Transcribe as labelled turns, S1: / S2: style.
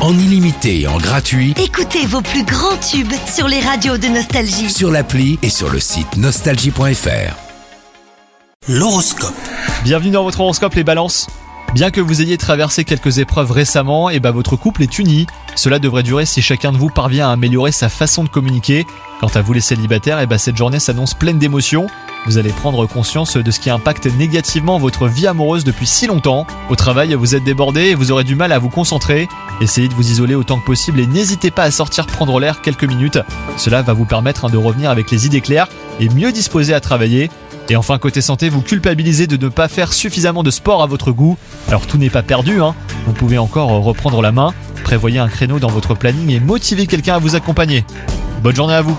S1: en illimité et en gratuit
S2: Écoutez vos plus grands tubes sur les radios de Nostalgie.
S1: sur l'appli et sur le site nostalgie.fr. L'horoscope.
S3: Bienvenue dans votre horoscope les balances. Bien que vous ayez traversé quelques épreuves récemment, et bah votre couple est uni. Cela devrait durer si chacun de vous parvient à améliorer sa façon de communiquer. Quant à vous les célibataires, et bah cette journée s'annonce pleine d'émotions. Vous allez prendre conscience de ce qui impacte négativement votre vie amoureuse depuis si longtemps. Au travail, vous êtes débordé et vous aurez du mal à vous concentrer. Essayez de vous isoler autant que possible et n'hésitez pas à sortir prendre l'air quelques minutes. Cela va vous permettre hein, de revenir avec les idées claires et mieux disposé à travailler. Et enfin, côté santé, vous culpabilisez de ne pas faire suffisamment de sport à votre goût. Alors tout n'est pas perdu, hein. vous pouvez encore euh, reprendre la main, prévoyez un créneau dans votre planning et motivez quelqu'un à vous accompagner. Bonne journée à vous